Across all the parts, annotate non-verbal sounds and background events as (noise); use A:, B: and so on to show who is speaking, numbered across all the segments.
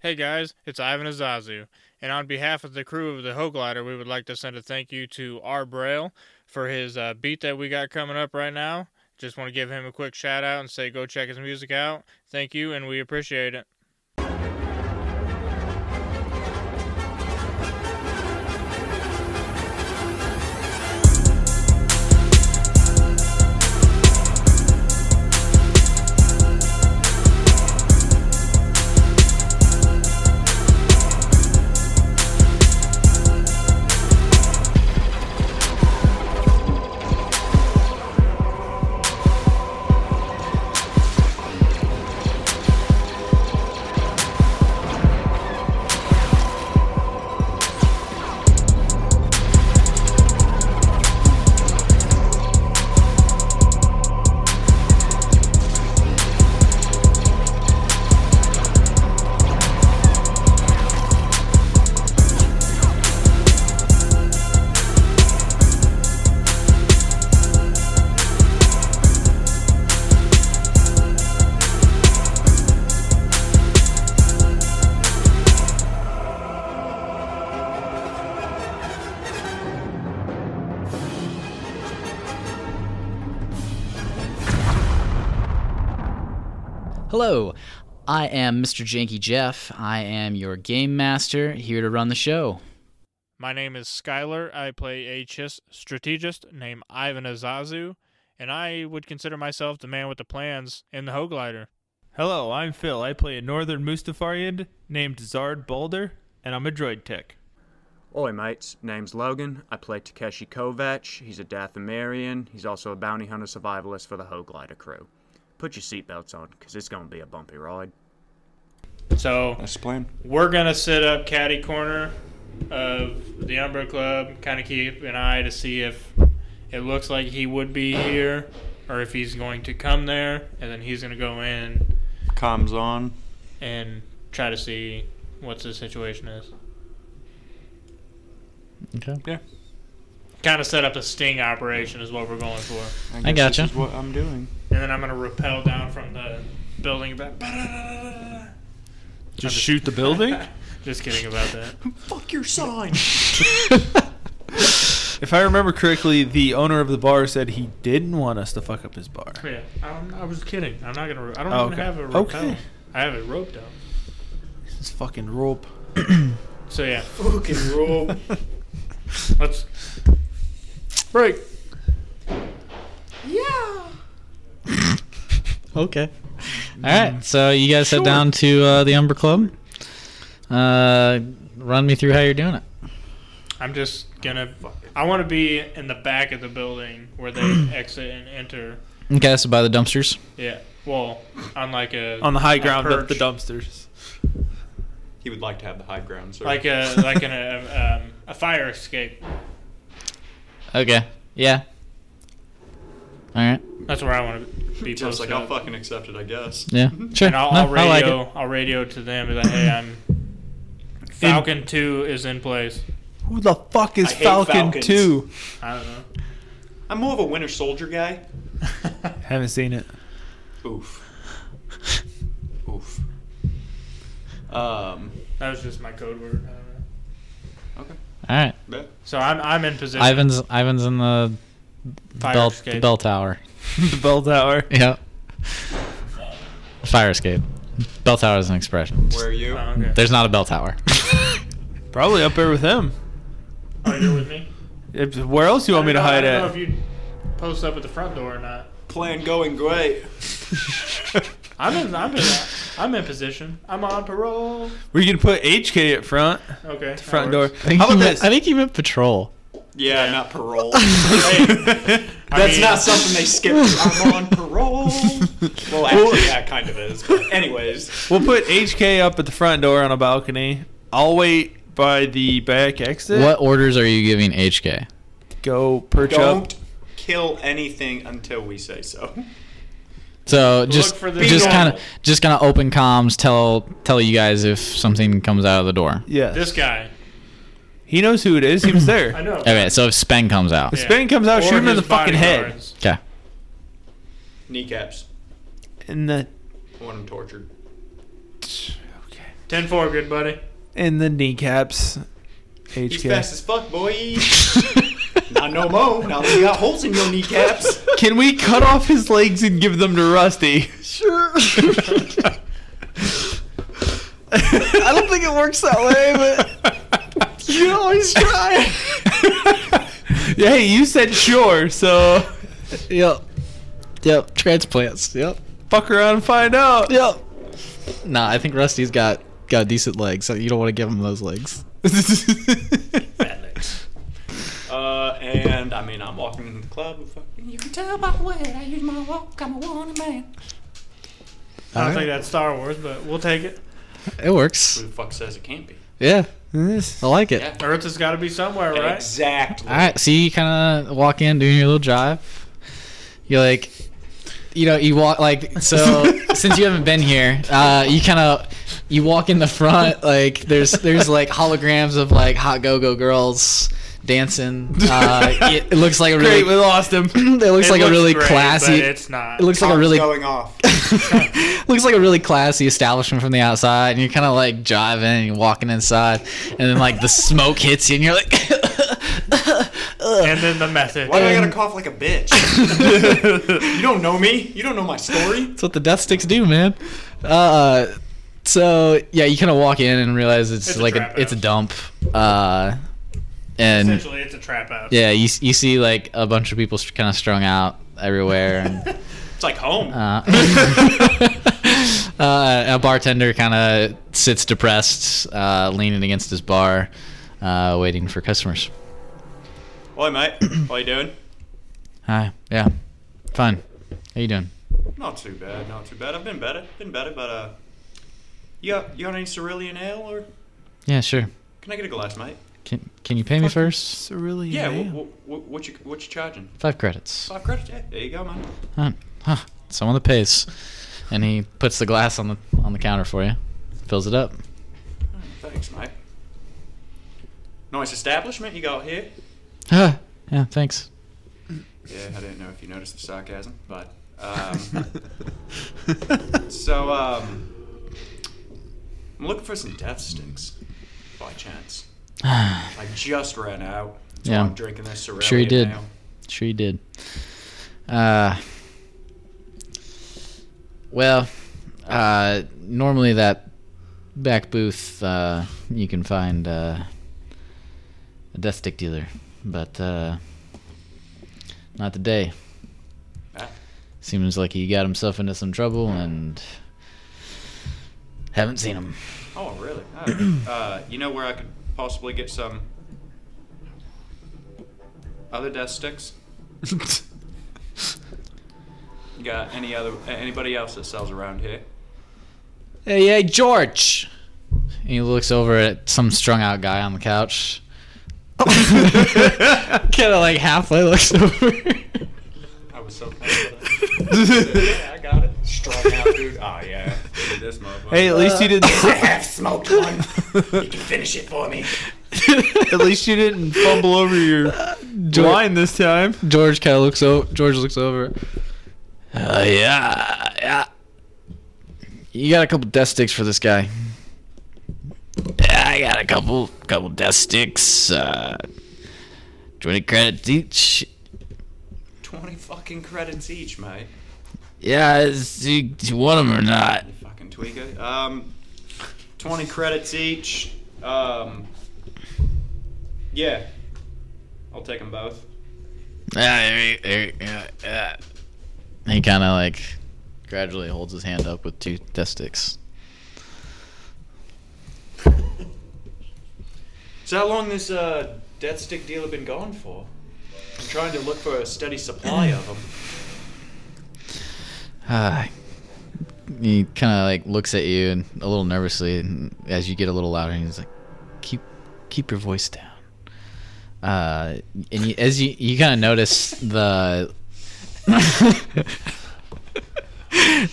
A: Hey guys, it's Ivan Azazu, and on behalf of the crew of the Hoglider, we would like to send a thank you to R. Braille for his uh, beat that we got coming up right now. Just want to give him a quick shout out and say go check his music out. Thank you, and we appreciate it.
B: Hello, I am Mr. Janky Jeff. I am your game master here to run the show.
A: My name is Skylar. I play a chess strategist named Ivan Azazu, and I would consider myself the man with the plans in the Hoglider.
C: Hello, I'm Phil. I play a northern Mustafarian named Zard Boulder, and I'm a droid tech.
D: Oi, mates. Name's Logan. I play Takeshi Kovach. He's a Dathomirian. He's also a bounty hunter survivalist for the Hoglider crew. Put your seatbelts on, 'cause it's going to be a bumpy ride.
A: So
E: That's the plan.
A: we're gonna set up Caddy Corner of the Umbra Club, kind of keep an eye to see if it looks like he would be here or if he's going to come there, and then he's gonna go in
E: Comms on.
A: and try to see what the situation is.
B: Okay.
E: Yeah.
A: Kind of set up a sting operation is what we're going for,
E: I,
B: I
E: guess
B: gotcha.
E: This is what I'm doing.
A: and then I'm gonna rappel down from the building about.
C: Just shoot the building?
A: Just kidding about that.
E: Fuck your
C: (laughs)
E: sign.
C: if I remember correctly, the owner of the bar said he didn't want us to fuck up his bar.
A: Yeah, I'm, Um, I was kidding. I'm not gonna. I don't
C: Oh,
A: even
C: okay.
A: have a rappel.
C: Okay.
A: I have it roped up.
C: This fucking rope.
A: So yeah. Fucking roll. (laughs) Let's break.
B: Okay. All right. So you guys head down to uh, the Umber Club. Uh, run me through how you're doing it.
A: I'm just gonna. I want to be in the back of the building where
C: (clears throat)
A: they exit and enter.
B: Okay, so by the dumpsters.
A: Yeah. Well, on like a
C: On the high
A: a
C: ground of the
A: perch.
C: dumpsters.
E: He would like to have the high ground, sir.
A: Like uh, a like an, a um, a fire escape.
B: Okay. Yeah. All right.
A: That's where I want to be.
E: just like
A: posted
E: I'll
A: up.
E: fucking accept it, I guess.
B: Yeah. Sure.
A: And
C: (laughs)
A: I'll,
B: No,
A: I'll
B: I like it.
A: radio. I'll radio to them and be like, hey, I'm. Falcon Two is in place.
C: Who the fuck is
E: I hate
C: Falcon
E: Falcons.
C: 2?
A: I don't know.
E: I'm more of a Winter Soldier guy.
C: Haven't seen it. (laughs)
E: Oof. Oof. Um.
A: That was just my code word. I don't know.
E: Okay.
B: All right.
E: Yeah.
A: So I'm I'm in position.
B: Ivan's Ivan's in the
A: Fire
B: bell the
A: escape.
B: bell tower.
C: the bell tower.
B: Yep. Fire escape. Bell tower is an expression.
E: Where are you?
A: Oh, okay.
B: There's not a
A: (laughs)
B: bell tower.
C: Probably up there with him.
A: Oh, you're with me.
C: If- Where else you want me to hide
A: I don't know if
C: at?
A: you post up at the front door or not.
E: Plan going great.
A: I'm in. I'm in. I'm in position. I'm on parole.
C: We're gonna put HK at front,
A: Okay. that
C: front door.
A: works.
C: How about this?
B: I think you meant patrol.
E: Yeah, not parole.
A: Hey, I
E: That's
A: mean,
E: not something they skip. I'm
C: (laughs)
E: on
B: (laughs)
E: parole. Well, actually, yeah, it kind of is. But anyways,
C: We'll put HK up at the front door on a balcony. I'll wait by the back exit.
B: What orders are you giving HK?
C: Go perch up.
E: don't kill anything until we say so.
B: So just
A: for the
B: just
A: normal.
B: kind of just kind of open comms tell tell you guys if something comes out of the door.
C: Yeah.
A: This guy.
C: he knows who it is. He was
A: I
C: there.
A: know.
B: Okay, so if Spen comes out.
A: Yeah.
C: Spain comes out,
A: Or
C: shoot him
A: his
C: in the fucking head.
A: bodyguards.
B: Okay.
E: Kneecaps.
C: In the.
E: I want him tortured.
C: Okay.
A: Ten four, good buddy.
C: And the kneecaps.
E: He's
C: HK.
E: fast as fuck, (laughs) boy. Not no mo. Now that you got holes in your (laughs) kneecaps.
C: Can we cut off his legs and give them to Rusty?
F: Sure. I don't think it works that way, but you always try.
C: (laughs)
B: (laughs)
C: Yeah, hey, you said sure, so
F: yep. Yep. Transplants. Yep.
C: fuck around and find out. (laughs)
F: Yep. Nah, I think Rusty's got got decent legs, so you don't want to give him those legs.
B: Uh,
E: Bad legs. Uh, and I mean, I'm walking into the club. and Fucking, you can tell by the way I use my walk. I'm a wanted man.
A: I don't
F: Alright.
A: think that's Star Wars, but we'll take it.
F: It works.
E: Who the fuck says it can't be?
F: Yeah, I like it.
E: Yeah.
A: Earth has got to be somewhere, right?
E: Exactly.
B: All right, so you kind of walk in doing your little drive. You're like, you know, you walk like so. since you haven't been here, uh, you kind of you walk in the front. Like there's there's like holograms of like hot go go girls dancing.
C: (laughs)
B: Uh, it, it looks like a really
C: Great, we lost
B: (clears throat)
C: him.
B: it looks
A: It
B: like a really
A: great,
B: classy.
A: But it's not.
B: It looks like a
E: Tom's
B: really
E: going
B: (laughs)
E: off.
B: looks like a really classy establishment from the outside, and you're kind of like driving and you're walking inside, and then like the smoke hits you, and you're like, (laughs)
A: and then the message.
E: Why do I gotta cough like a bitch?
B: (laughs)
E: you don't know me. You don't know my story.
B: "That's what the death sticks do, man." Uh, so yeah, you kind of walk in and realize it's,
A: It's a
B: like a,
A: trap
B: it's a
A: house.
B: dump, uh, and
A: Essentially, it's a trap house.
B: yeah, you s- you see like a bunch of people kind of strung out everywhere, and
E: It's like home.
B: uh, (laughs) uh, a bartender kind of sits depressed, uh, leaning against his bar, uh, waiting for customers.
E: (laughs) Oi, mate. How you doing?
B: Hi. Yeah. Fine. How you doing?
E: Not too bad. Not too bad. I've been better. Been better, but uh, you got, you got any cerulean ale or
B: Yeah, sure.
E: can I get a glass, mate?
B: Can Can you pay me first?
C: Cerulean.
E: Yeah.
C: Ale.
E: wh- wh- wh- what you what you charging?
B: Five credits.
E: Five credits. Yeah. There you go, man.
B: Huh. Huh. Someone that pays. And he puts the glass on the on the counter for you. Fills it up.
E: Thanks, mate. Nice establishment you got here.
B: Huh. Yeah. Thanks.
E: Yeah, I didn't know if you noticed the sarcasm, but (laughs) um, so um, I'm looking for some death sticks, by (sighs) chance. I just ran out. So
B: Yeah.
E: I'm drinking this cerulean
B: Sure you did.
E: ale.
B: Sure you did. Uh. Well, uh, normally that back booth uh, you can find uh, a death stick dealer, but uh, not today.
E: Ah,
B: Seems like he got himself into some trouble and haven't seen him.
E: Oh, really? Oh, (clears throat) uh, you know where I could possibly get some other death (laughs) sticks? You got any other anybody else that sells around here?
B: Hey, hey, George! And he looks over at some strung out guy on the
C: (laughs)
B: couch. kind of like halfway looks over.
E: I was (laughs) so proud of that. yeah, I got it. Strung out, dude. Oh, yeah. Look at This motherfucker.
C: Hey, at least you didn't.
B: (coughs)
E: I've smoked one. (laughs) You can finish it for me.
C: (laughs) at least you didn't fumble over your wine this time.
B: Uh, George kind of looks over. George looks over. Uh, yeah, yeah. You got a couple death sticks for this guy. Yeah, I got a couple, couple death sticks. Uh, Twenty credits each.
E: 20 fucking credits each, mate.
B: Yeah, is, do, you, do you want them or not?
E: You fucking tweaker. Um, 20 credits each. Um, yeah. I'll take them both.
B: Yeah, here, here, yeah, yeah. He kind of like gradually holds his hand up with two death sticks.
E: So how long this uh, death stick dealer been gone for? I'm trying to look for a steady supply of them.
B: Ah. he kind of like looks at you and a little nervously and as you get a little louder he's like keep keep your voice down uh and you, as you you kind of notice the (laughs)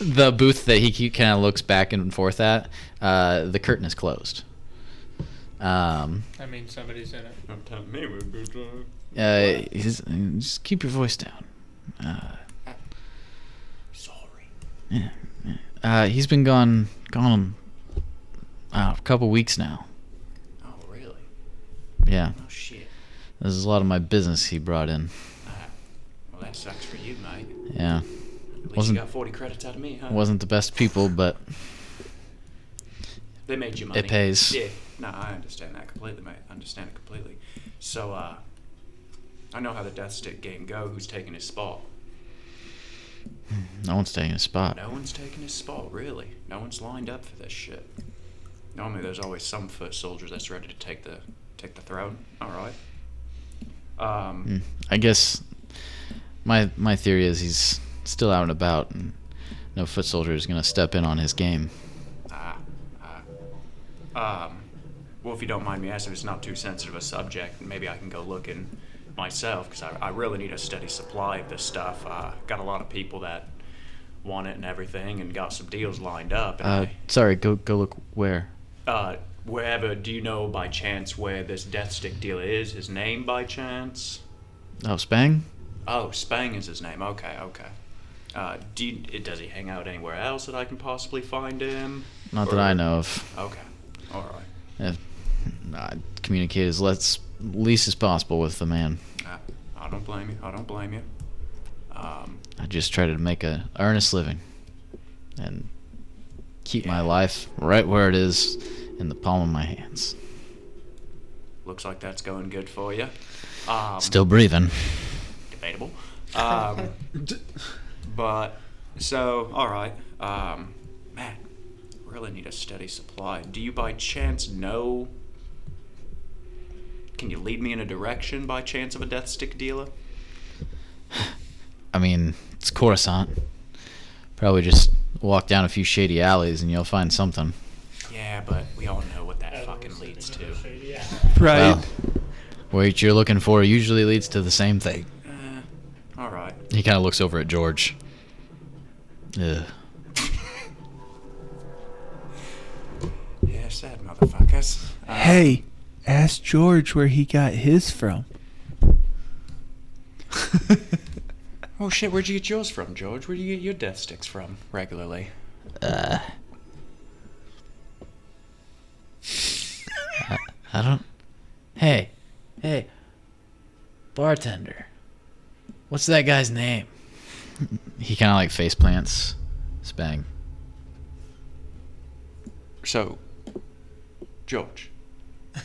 B: the booth that he kind of looks back and forth at uh the curtain is closed um
A: I mean, somebody's in it.
E: Don't tempt me with good time.
B: uh he's, just keep your voice down uh
E: Sorry.
B: Uh, he's been gone, gone uh, a couple weeks now.
E: Oh, really?
B: Yeah,
E: Oh, shit.
B: this is a lot of my business he brought in.
E: Well, that sucks for you, mate.
B: Yeah,
E: At least
B: Wasn't-
E: you got 40 credits out of me, huh?
B: wasn't the best people, but
E: They made you money.
B: pays.
E: Yeah. No, I understand that completely, mate. I understand it completely. So, uh, I know how the death stick game go. Who's taking his spot?
B: no one's taking a spot.
E: No one's taking his spot, really. No one's lined up for this shit. Normally, there's always some foot soldier that's ready to take the take the throne. All right. Um,
B: I guess my my theory is he's still out and about, and no foot soldier is gonna step in on his game.
E: Um, well, if you don't mind me asking, if it's not too sensitive a subject, maybe I can go looking myself because I, I really need a steady supply of this stuff. Uh, got a lot of people that want it and everything, and got some deals lined up.
B: Uh,
E: And
B: sorry, go go look where.
E: I, uh, wherever, do you know by chance where this death stick deal is? His name by chance?
B: Oh, Spang.
E: Oh, Spang is his name. Okay, okay. Uh, do you, does he hang out anywhere else that I can possibly find him?
B: Not that I
E: Or-
B: know of.
E: Okay, all right.
B: If I communicate as less, least as possible with the man.
E: Uh, I don't blame you. I don't blame you. Um,
B: I just try to make a earnest living, and keep my
E: Yeah.
B: life right where it is, in the palm of my hands.
E: Looks like that's going good for you. Um,
B: Still breathing.
E: debatable. Um, but so all right, um, man, really need a steady supply. Do you by chance know? Can you lead me in a direction by chance of a death stick dealer?
B: I mean, it's Coruscant. Probably just walk down a few shady alleys and you'll find something.
E: Yeah, but we all know what that fucking leads to.
C: Right.
B: Well, what you're looking for usually leads to the same thing.
E: All right.
B: He kind of looks over at George. Ugh.
E: Yeah, sad motherfuckers. Uh,
C: Hey, ask George where he got his from.
E: Oh shit, where'd you get yours from, George? Where do you get your death sticks from regularly?
B: I don't. Hey, hey, bartender. What's that guy's name? (laughs) He kind of like face plants. Spang.
E: So, George, (laughs)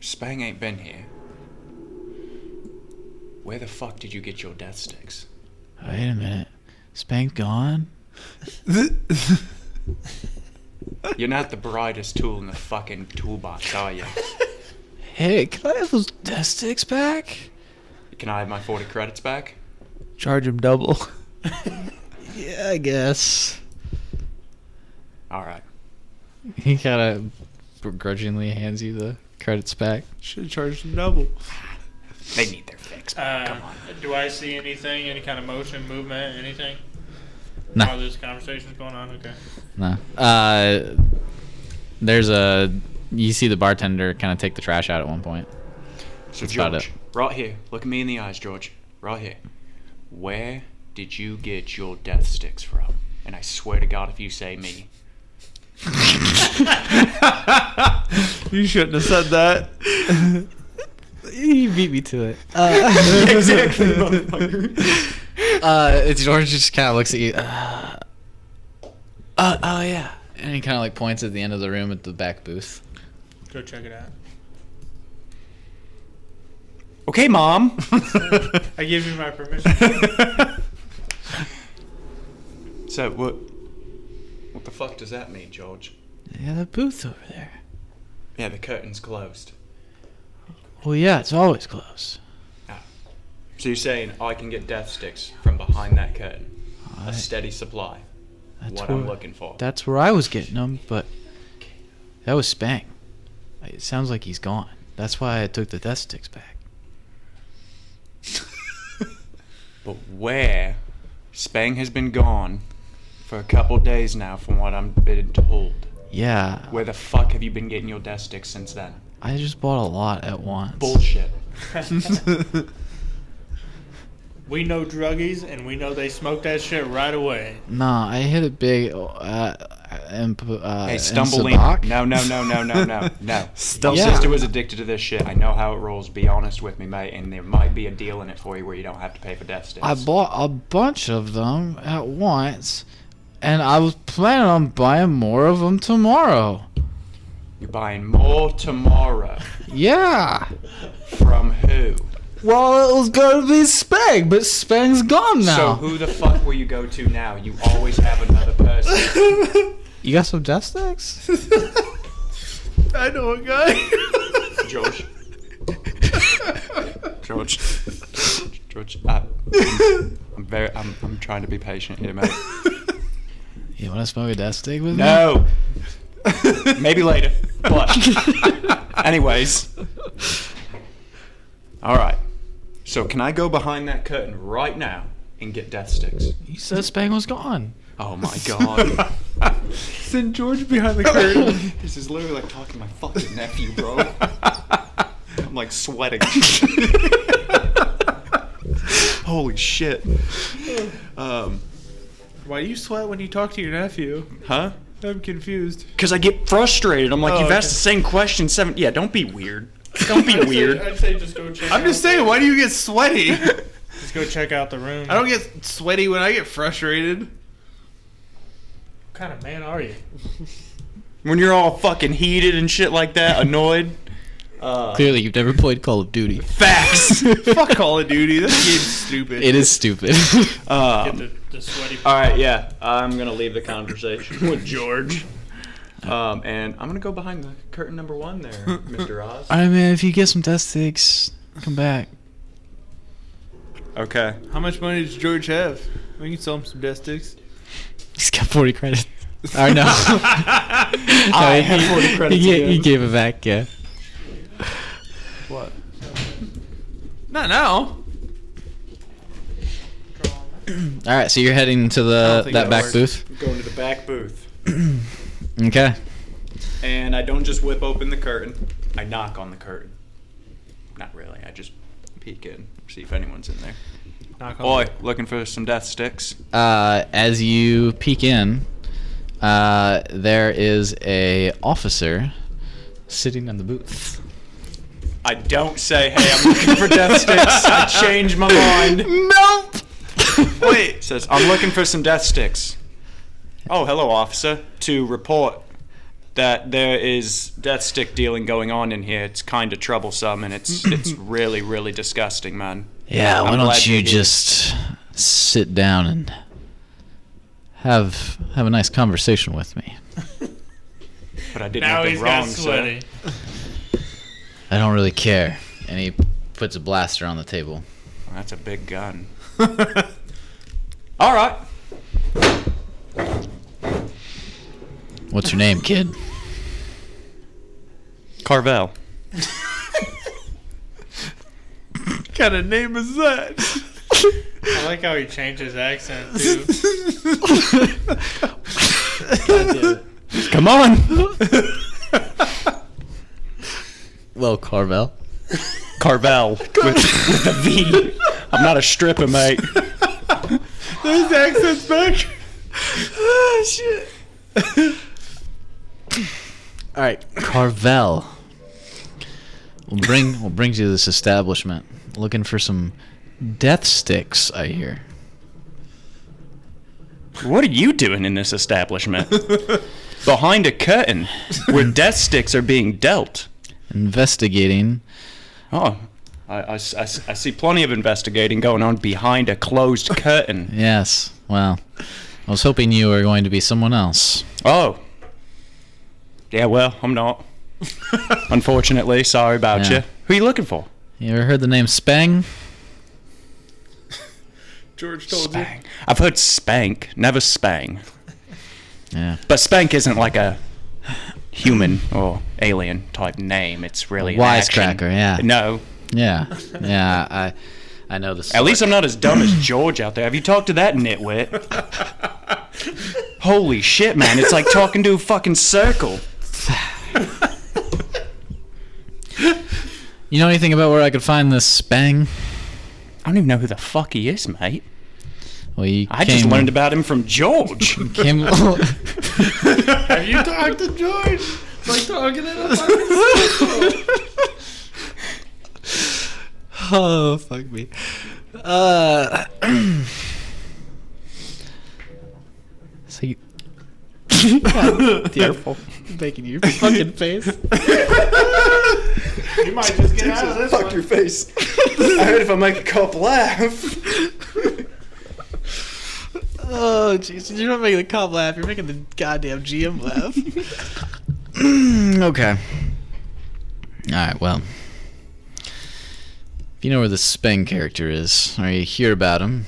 E: Spang ain't been here. Where the fuck did you get your death sticks?
B: Wait a minute. Spang's gone?
E: You're not the brightest tool in the fucking toolbox, are you?
B: Hey, can I have those death sticks back?
E: Can I have my 40 credits back?
C: Charge him double. (laughs)
B: Yeah, I guess. (laughs)
E: Alright.
B: He kind of begrudgingly hands you the credits back.
C: Should charge him double.
E: They need their fix.
A: Uh,
E: Come on.
A: Do I see anything, any kind of motion, movement, anything?
B: No.
A: While this conversation's going on, okay.
B: No. Uh, there's a. You see the bartender kind of take the trash out at one point.
E: So,
B: about
E: George, right here. Look at me in the eyes, George. Right here. Where did you get your death sticks from? And I swear to God, if you say me,
C: (laughs) You shouldn't have said that. (laughs)
B: You beat me to it. (laughs)
C: (laughs)
E: exactly, motherfucker.
B: Uh, it's George just kind of looks at you. Uh, uh, oh yeah. And he kind of like points at the end of the room at the back booth.
A: Go check it out.
E: Okay, Mom.
A: I give you my permission. (laughs)
E: So what? What the fuck does that mean, George?
B: Yeah, the booth over there.
E: Yeah, the curtain's closed.
B: Well, yeah, it's always closed.
E: So you're saying I can get death sticks from behind that curtain? A
B: Alright.
E: steady supply.
B: That's
E: what
B: where,
E: I'm looking for.
B: That's where I was getting them, but that was Spang. It sounds like he's gone. That's why I took the death sticks back.
E: but where? Spang has been gone for a couple days now, from what I'm been told.
B: Yeah,
E: Where the fuck have you been getting your death sticks since then?
B: I just bought a lot at once.
E: Bullshit.
A: we know druggies, and we know they smoke that shit right away.
B: Nah, I hit it big. Uh, I- imp- uh,
E: Hey,
B: Imsabac?
E: Stumbleweed. No, no, no, no, no, no,
B: (laughs)
E: no.
B: Stum-
E: Your
B: Yeah.
E: sister was addicted to this shit. I know how it rolls. Be honest with me, mate. And there might be a deal in it for you where you don't have to pay for death sticks.
B: I bought a bunch of them at once, and I was planning on buying more of them tomorrow.
E: You're buying more tomorrow.
B: Yeah.
E: From who?
B: Well, it was going to be Speg, but Speg's gone now.
E: So who the fuck will you go to now? You always have another
B: (laughs)
E: person.
B: you got some death sticks?
C: (laughs) I know a guy. (laughs)
E: George. George. George. I, I'm very. I'm, I'm trying to be patient here, mate.
B: You want to smoke a death stick with me?
E: (laughs) No. Maybe later. But (laughs) anyways. All right. So can I go behind that curtain right now and get death sticks?
B: You said Speg was gone.
E: Oh my (laughs) god.
C: Send George behind the curtain.
E: this is literally like talking to my fucking nephew, bro. (laughs) I'm like (laughs) sweating. Holy (sighs) shit. Um,
C: Why do you sweat when you talk to your nephew?
E: huh?
C: I'm confused.
E: Because I get frustrated. I'm like,
C: Oh,
E: you've
C: okay.
E: asked the same question seven. Yeah, don't be weird. Don't (laughs) be weird.
A: I'd say just go check.
C: I'm just saying, why do you get (laughs) sweaty? I
A: Just go check out the room.
C: don't get sweaty when I get frustrated.
A: What kind of man are you?
E: when you're all fucking heated and shit like (laughs) that, annoyed.
B: Clearly, you've never played Call of Duty.
E: Facts.
C: Fuck Call of Duty. This game's stupid.
B: It is stupid.
E: Um,
A: The, the sweaty.
E: all right, yeah. I'm gonna leave the conversation (laughs) with George. Um, and I'm gonna go behind the curtain number one there, (laughs) Mr. Oz.
B: Alright, man, if you get some death sticks, come back.
E: Okay.
C: How much money does George have? We can sell him some death sticks.
B: He's got 40 (laughs) credits. Or no.
E: I
B: he-
E: have 40 credits
B: He, ga- he
E: again.
B: gave it back, yeah.
C: What? Not now.
B: Alright, so you're heading to the that,
C: think that
B: back
C: works.
B: booth.
E: I'm going to the back booth,
B: Okay.
E: and I don't just whip open the curtain. I knock on the curtain. Not really. I just peek in, see if anyone's in there.
C: Knock on
E: Boy, looking for some death (laughs) sticks.
B: Uh, as you peek in, uh, there is a officer sitting in the booth.
E: I don't say, "Hey, I'm looking for death (laughs) sticks." I
C: (laughs)
E: change my mind.
B: Nope.
E: Wait. Says, "I'm looking for some death sticks." Oh, hello, officer. To report that there is death stick dealing going on in here. It's kind of troublesome,
A: (clears throat)
E: and it's it's really really disgusting, man.
B: Yeah, why
E: I'm glad
B: don't
E: you're
B: you
E: here.
B: just sit down and have have a nice conversation with me?
E: But I
A: (laughs)
E: did
A: Now
E: nothing
A: he's
E: wrong,
A: got
E: sir.
A: sweaty.
B: I don't really care. And he puts a blaster on the table.
E: Well, That's a big gun. All right.
B: What's your name, kid?
E: Carvel.
C: What kind of name is that?
A: I like how he changed his accent too.
E: Come (laughs) on.
B: Well, Carvel.
E: Carvel. With, with a V. I'm not a stripper, mate.
C: His accent's (laughs) back. oh, shit.
B: All right, Carvel. We'll bring we'll bring you to this establishment. Looking for some death sticks, I hear.
E: What are you doing in this (laughs) establishment? Behind a curtain where death sticks are being dealt.
B: Investigating.
E: Oh, I, I s- I s- I see plenty of investigating going on behind a
B: (laughs)
E: closed curtain.
B: Yes. Well, I was hoping you were going to be someone else.
E: Oh. Yeah, well, I'm
B: (laughs)
E: not. Unfortunately, sorry about
B: Yeah.
E: you. Who are you looking for?
B: You ever heard the name Spang?
C: George told you.
E: Spang. I've heard spank, never spang.
B: (laughs) Yeah.
E: But spank isn't like a human or alien type name. It's really an action.
B: Wisecracker, yeah.
E: No,
B: Yeah. Yeah. I I know this.
E: At least I'm not as dumb as George out there. Have you talked to that nitwit? Holy shit, man. It's like talking to a fucking circle.
B: You know anything about where I could find this Spang?
E: I don't even know who the fuck he is, mate.
B: Well, you
E: I
B: came,
E: (laughs)
F: (laughs)
E: just learned about him from George.
B: came (laughs)
A: Have you talked to George? It's like talking it up.
B: Oh fuck me. Uh. (clears throat) so (laughs) you. Beautiful. (laughs) Making your fucking face.
A: (laughs) You might just get out of this.
F: Fuck your face. (laughs) I heard if I make a cop laugh.
B: Oh Jesus! You're not making the cop laugh. You're making the goddamn GM laugh. (clears throat) okay. All right. Well, if you know where the Speng character is, or you hear about him,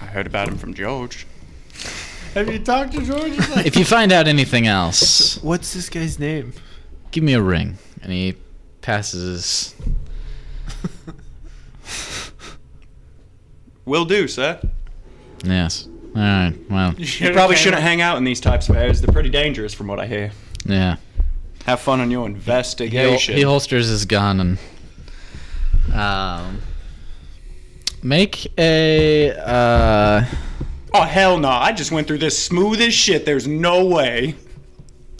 E: I heard about him from George.
A: Have you talked to George? It's like,
B: if you find out anything else,
C: What's this guy's name?
B: give me a ring. And he passes. his-
E: Will do, sir.
B: Yes. All right. Well.
E: You probably shouldn't hang out in these types of areas. They're pretty dangerous, from what I hear.
B: Yeah.
E: Have fun on your
B: He, hol-
E: investigation.
B: he holsters his gun and um, make a uh,
E: oh hell no! I just went through this smooth as shit. There's no way.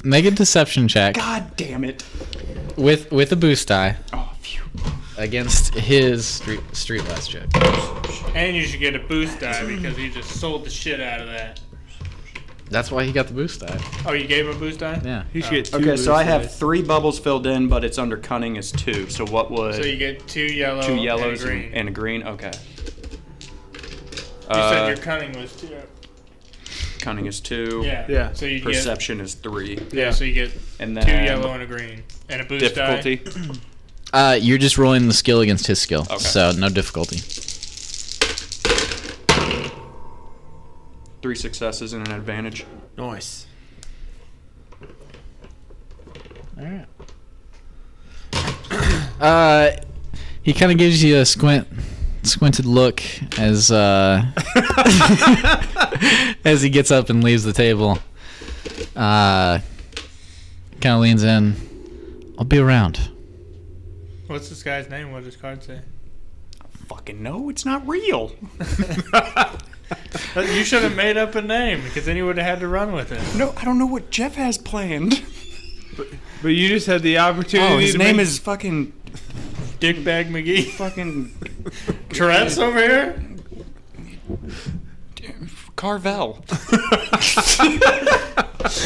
B: make a deception check
E: God damn it!
B: with with a boost die
E: Oh, phew.
B: against his street streetwise check.
A: and you should get a boost die because he just sold the shit out of that.
B: That's why he got the boost die.
A: Oh, you gave him a boost die?
B: Yeah.
C: He should get two
E: Oh. Okay, so I have
C: boosts.
E: three bubbles filled in, but it's under cunning is two. So what would
A: So you get two yellow,
E: two yellows
A: and a green.
E: and, and a green? Okay.
A: you said
E: Uh,
A: your cunning was two.
E: cunning is two.
A: Yeah.
C: Yeah.
A: So you get
E: Perception is three.
A: yeah. So you get
E: And then
A: two yellow and a green and a boost
E: difficulty.
A: die.
B: Uh, you're just rolling the skill against his skill,
E: Okay.
B: so no difficulty.
E: Three successes and an advantage.
C: Nice.
B: Uh, he kind of gives you a squint, squinted look as uh, (laughs) as he gets up and leaves the table. Uh, kind of leans in. I'll be around.
A: What's this guy's name? What does his card say?
E: Fucking no, it's not real.
A: You should have made up a name because then you would have had to run with it.
E: No, I don't know what Jeff has planned.
C: But you just had the opportunity.
E: Oh, his
C: to
E: name
C: make-
E: is fucking
A: Dickbag
C: (laughs)
A: McGee.
E: fucking
A: Tourette's over here.
E: Carvel.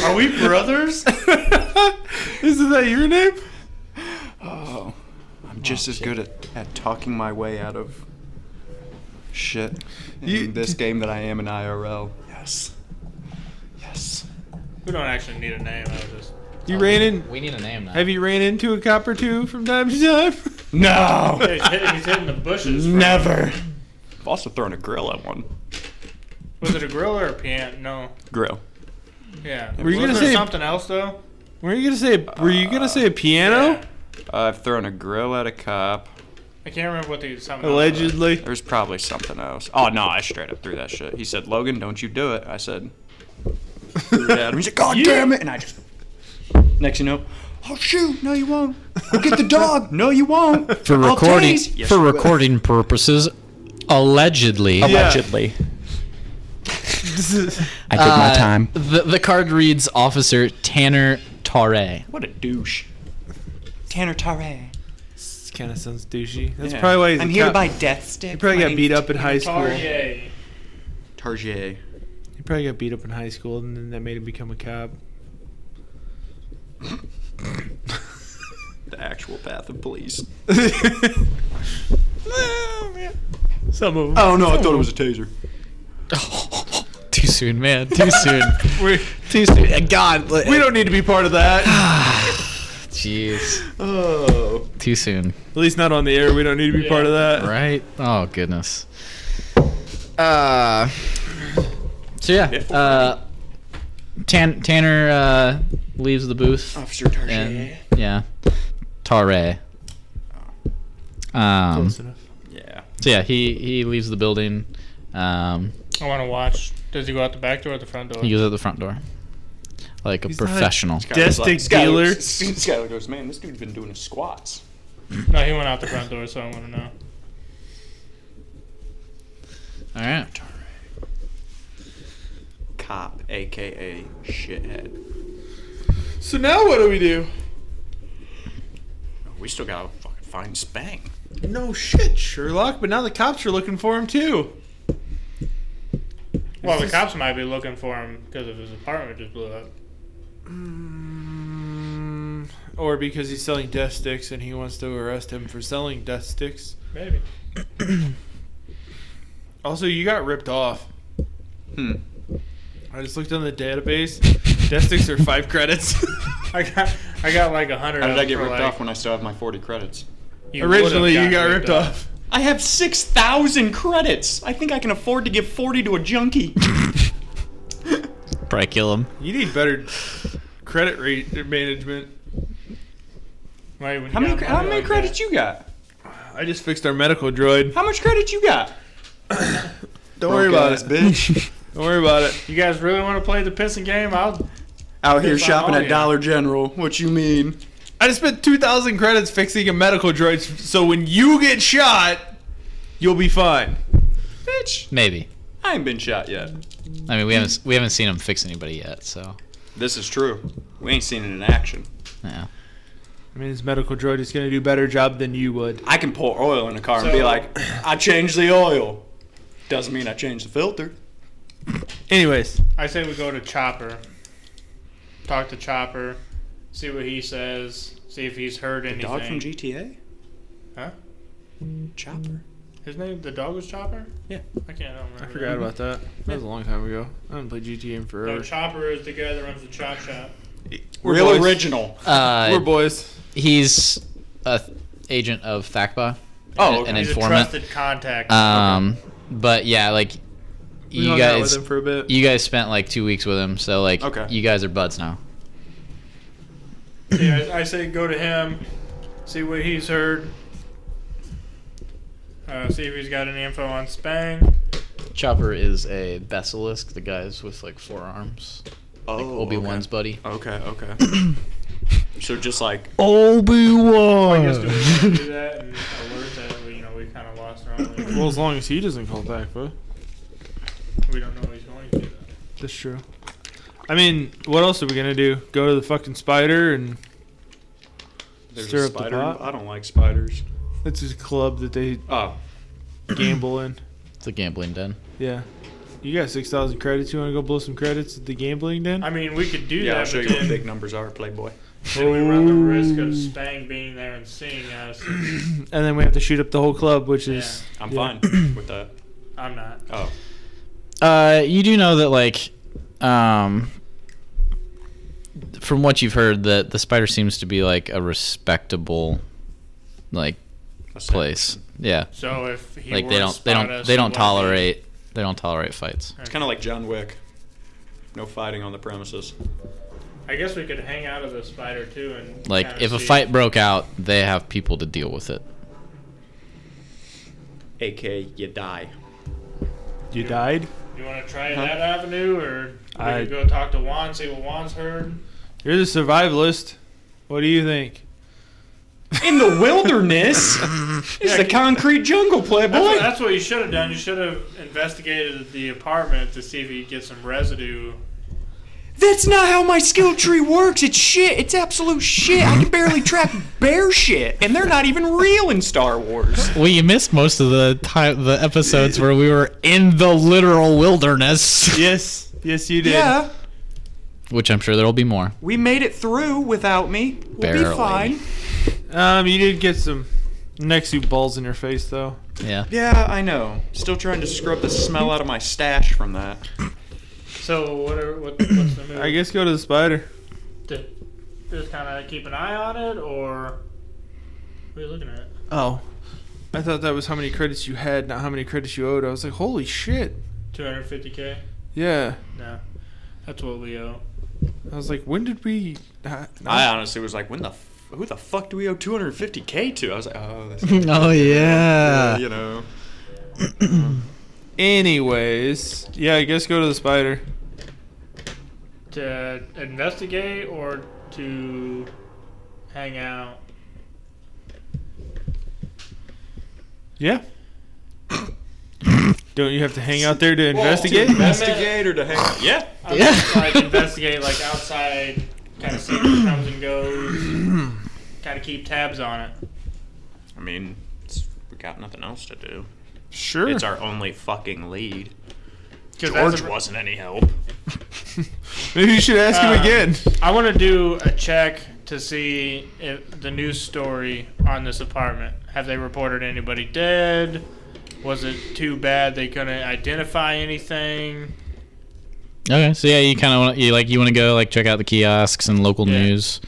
A: Are we
E: (laughs)
A: brothers?
C: Isn't that your name?
E: Oh, I'm just as good at, at talking my way out of shit in
C: You-
E: this game that I am in IRL. Yes. Yes.
A: we don't actually need a name. I was just.
C: You ran in.
B: We need a name now.
C: Have you ran into a cop or two from time to time? (laughs)
E: No.
A: He's hitting, he's hitting the bushes. for-
E: Never. I've also thrown a grill at one.
A: Was it a grill or a piano? No.
E: Grill.
A: Yeah.
E: Were you
A: Was
E: gonna
A: there
C: say-
A: something else though?
C: Were you gonna say? Were you gonna say a piano?
A: Yeah.
E: I've thrown a grill at a cop.
A: I can't remember what the something. else was.
C: Allegedly.
E: There's probably something else. Oh no, I straight up threw that shit. He said, "Logan, don't you do it." I said, threw it at him. He's like, "God damn it!" And I just next you know, "Oh shoot, no you won't. Go get the dog. (laughs) No you won't."
B: for
E: I'll
B: recording
E: tase- Yes,
B: for
E: you will.
B: recording purposes? Allegedly,
C: (laughs) Allegedly.
E: I took
B: Uh, The, the card reads Officer Tanner Tare.
E: What a douche. Tanner Tare.
C: This kind of sounds douchey. That's probably why he's a cop.
E: death stick.
C: He probably got beat up in high school.
A: Target.
E: Target.
C: He probably got beat up in high school, and then that made him become a (laughs) cop.
E: The actual path of police.
C: Oh, Some of them.
E: Oh no, I thought it was a taser.
B: (laughs) Too soon, man. Too soon.
C: (laughs) we
B: Too soon. Uh, God.
C: we don't need to be part of that.
B: Jeez.
E: Oh.
B: Too soon.
C: (sighs) At least not on the air. We don't need to be part of that.
B: Right? Oh goodness. Uh. So yeah, uh, Tan- Tanner uh, leaves the booth.
C: Oh,
E: Officer Target.
B: And, yeah, Tare. Um.
C: Close
B: So
C: enough.
E: Yeah.
B: yeah, he he leaves the building. Um,
A: I want to watch. Does he go out the back door or the front door?
B: he goes out the front door, like a
C: He's not-
B: professional.
C: Death stick
E: (laughs)
C: dealer.
E: This guy goes, man, this dude's been doing his squats.
A: No, he went out the front door, so I want to know.
B: All right.
E: Cop, aka Shithead.
C: So now what do we do?
E: We still gotta fucking find Spang.
C: No shit, Sherlock. But now the cops are looking for him too.
A: Well, the cops might be looking for him because of his apartment just blew up.
C: Mm, Or because he's selling death sticks and he wants to arrest him for selling death sticks.
A: Maybe.
C: Also, you got ripped off.
E: Hmm.
C: I just looked on the database. death sticks are five (laughs) credits.
A: I got I got like a hundred.
E: How did I
A: of
E: get
A: them for,
E: ripped
A: like,
E: off when I still have my 40 credits?
A: you would've
C: Originally, you got ripped off.
E: I have 6,000 credits! I think I can afford to give 40 to a (laughs) junkie.
B: Probably kill him.
C: You need better credit rate management.
A: Right, when you
E: How many,
A: got
E: cre- how
A: money
E: many
A: like
E: credits you got?
C: I just fixed our medical droid.
E: How much credits you got?
C: Don't worry about it.
E: Broke-ass bitch.
C: Don't worry about it.
A: that. You guys really want to play the pissing game? I'll.
E: Out here
A: If I'm
E: shopping
A: on
E: at
A: you.
E: Dollar General. What you mean?
C: I just spent 2,000 credits fixing a medical droid, so when you get shot, you'll be fine.
E: Bitch,
B: Maybe.
E: I ain't been shot yet.
B: I mean, we haven't we haven't seen him fix anybody yet, so
E: This is true. We ain't seen it in action.
B: yeah.
C: I mean, this medical droid is going to do a better job than you would.
E: I can pour oil in a car and be
A: So-
E: like, I changed the oil. Doesn't mean I changed the filter.
C: Anyways,
A: I say we go to Chopper. Talk to Chopper. See what he says. See if he's heard anything.
E: Dog from GTA?
A: Huh?
E: Chopper.
A: His name, the dog was Chopper.
E: Yeah.
A: I can't. I, don't remember
C: I forgot about that. That was a long time ago. I haven't played GTA in
A: No,
C: forever.
A: Chopper is the guy that runs the chop shop.
C: We're
E: Real
C: boys.
E: original.
C: We're
B: Uh,
C: boys.
B: he's a th- agent of Thacba,
E: Oh,
B: an
E: okay.
A: He's a
B: informant.
A: trusted contact.
B: Um, but yeah, like
C: We
B: you
C: hung out with
B: guys,
C: him for a bit.
B: you guys spent like two weeks with him, so like
E: Okay.
B: you guys are buds now.
A: yeah, I, I say go to him. See what he's heard. Uh, see if he's got any info on Spang.
B: Chopper is a basilisk, the guys with like four arms,
E: Oh,
B: Obi Wan's buddy.
E: Okay, okay. so just like
B: Obi
A: Just do
B: Wan.
A: we do that and alert that we, you know, we kind of lost our own. lead.
C: Well, as long as he doesn't call back, but
A: We don't know what he's going to. do.
C: that's true. I mean, what else are we gonna do? Go to the fucking spider and
E: there's
C: Stir
E: a
C: up the
E: spider.
C: pot.
E: I don't like spiders.
C: It's a club that they
E: Oh,
C: (clears throat) gamble in.
B: It's a gambling den.
C: Yeah. You got 6,000 credits. You want to go blow some credits at the gambling den?
A: I mean, we could do
E: yeah. I'll
A: that,
E: show
A: but
E: you what
A: then,
E: big numbers are, Playboy.
A: then we run the risk of Spang being there and seeing us.
C: And then we have to shoot up the whole club, which is.
E: I'm
C: Yeah.
E: fine with that.
A: I'm not.
E: Oh,
B: Uh, you do know that, like, um, from what you've heard, that the spider seems to be like a respectable, like,
E: that's it.
B: place. Yeah,
A: So if he
B: like
A: were
B: they
A: to
B: don't, they
A: spot
B: don't,
A: us,
B: they
A: we
B: don't
A: wouldn't be-
B: tolerate, they don't tolerate fights.
E: It's kind of like John Wick. No fighting on the premises.
A: I guess we could hang out of the spider too, and
B: Like,
A: kinda
B: if a
A: see-
B: fight broke out, they have people to deal with it.
E: AK, you die.
C: You died?
A: You want to try that avenue, or we
C: I-
A: could go talk to Juan, see what Juan's heard.
C: You're the survivalist. What do you think?
E: In the wilderness. (laughs) It's the concrete jungle,
A: That's, what,
E: Playboy.
A: that's what you should have done. You should have investigated the apartment to see if you could get some residue.
E: That's not how my skill tree works. It's shit. It's absolute shit. I can barely track bear shit, and they're not even real in Star Wars.
B: Well, you missed most of the time, the episodes where we were in the literal wilderness,
C: Yes. Yes, you did.
E: Yeah,
B: which I'm sure there'll be more.
E: uh, we made it through without me. We'll
B: Barely.
E: be fine.
C: Um, you did get some Nexu balls in your face, though.
B: Yeah.
E: Yeah, I know. Still trying to scrub the smell out of my stash from that.
A: So what are what, what's the move?
C: I guess go to the spider.
A: to just kind of keep an eye on it, or what are you looking at?
C: Oh. I thought that was how many credits you had, not how many credits you owed. I was like, holy shit.
A: 250k?
C: Yeah.
A: No, that's what we owe.
C: I was like, when did we. I,
E: I honestly was like, when the f- who the fuck do we owe 250k to? I was like,
C: (laughs)
E: oh, that's
B: (laughs) Oh yeah.
E: you know.
C: Anyways. Yeah, I guess go to the spider.
A: To investigate or to hang out.
C: Yeah. (coughs) Don't you have to hang out there to investigate?
E: To investigate or to hang out. Yeah.
A: I would just, like investigate like outside, kind of see what comes and goes. Kind of keep tabs on it.
E: I mean, it's, we got nothing else to do.
C: Sure.
E: It's our only fucking lead.
A: 'Cause that's
E: George
A: a-
E: wasn't any help.
C: Maybe you should ask
A: Uh,
C: him again.
A: I want to do a check to see if the news story on this apartment. Have they reported anybody dead? Was it too bad they couldn't identify anything?
B: Okay, so yeah, you kind of want you like you want to go like check out the kiosks and local
A: Yeah.
B: news.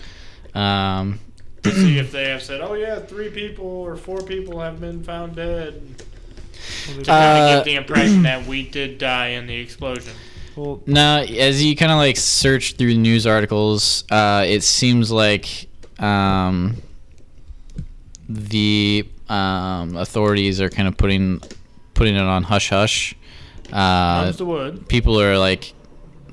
B: Um,
A: To see if they have said, oh yeah, three people or four people have been found dead. To kind of
B: Uh,
A: get the impression that we did die in the explosion.
B: No, as you kind of like search through news articles, uh, it seems like um, the um, authorities are kind of putting putting it on hush hush. Uh,
A: Comes to wood.
B: people are like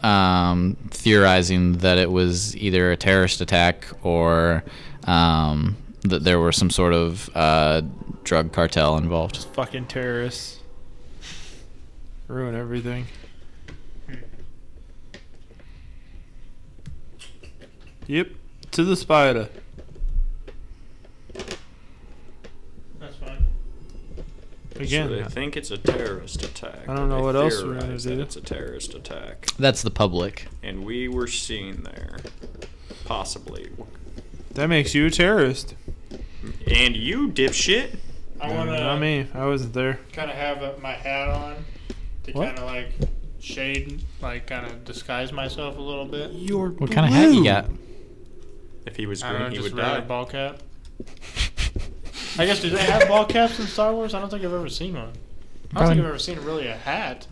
B: um, theorizing that it was either a terrorist attack or um, that there were some sort of uh, drug cartel involved.
C: Fucking terrorists. Ruin everything. Yep. To the spider.
A: That's fine.
C: Again.
G: So they think it's a terrorist attack.
C: I don't know
G: They
C: what else we're gonna
G: theorize
C: do.
G: That it's a terrorist attack,
B: That's the public.
G: and we were seen there, possibly.
C: that makes you a terrorist.
G: And you, dipshit.
A: I want to.
C: Not me. I wasn't there.
A: kind of have uh my hat on to
C: What?
A: kind of like shade, like kind of disguise myself a little bit.
C: You're
B: What kind of hat you got?
G: If he was
A: I don't know,
G: green, he
A: just
G: would
A: regular
G: die.
A: ball (laughs) cap. I guess do they have ball caps in Star Wars? I don't think I've ever seen one. I don't
B: Probably-
A: think I've ever seen really a hat.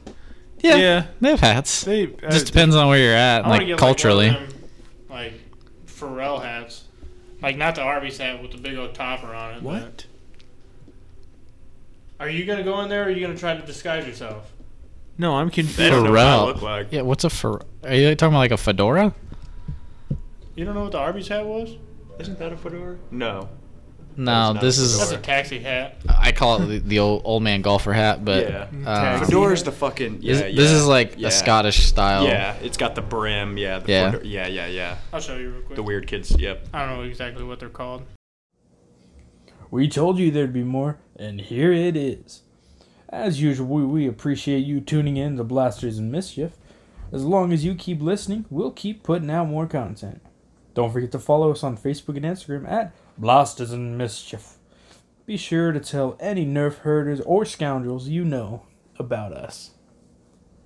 C: Yeah.
B: They have hats.
C: They, uh,
B: just depends on where you're at,
A: I wanna
B: like
A: get,
B: culturally.
A: like, one of them, like Pharrell hats, like not the Arby's hat with the big old topper on it. but-
C: What?
A: Are you gonna go in there? or Are you gonna try to disguise yourself?
C: No, I'm
G: They
C: confused.
G: don't know what I
B: Pharrell.
G: look like.
B: yeah, what's a fur? Are you talking about like a fedora?
A: You don't know what the Arby's hat was?
G: Isn't that a fedora? No.
B: No,
G: not
B: this
G: a
B: is
A: That's a taxi hat.
B: I call it the, the old old man golfer hat, but
G: Yeah.
B: uh,
C: Fedora-
G: Fedora's the fucking. Yeah,
B: this, this
G: yeah,
B: is like
G: yeah.
B: a Scottish style.
G: Yeah, it's got the brim. Yeah. The
B: Oh. Yeah.
G: fedora- yeah. Yeah. Yeah.
A: I'll show you real quick.
G: The weird kids. Yep.
A: I don't know exactly what they're called.
H: We told you there'd be more, and here it is. As usual, we, we appreciate you tuning in to Blasters and Mischief. As long as you keep listening, we'll keep putting out more content. Don't forget to follow us on Facebook and Instagram at Blasters and Mischief. Be sure to tell any nerf herders or scoundrels you know about us.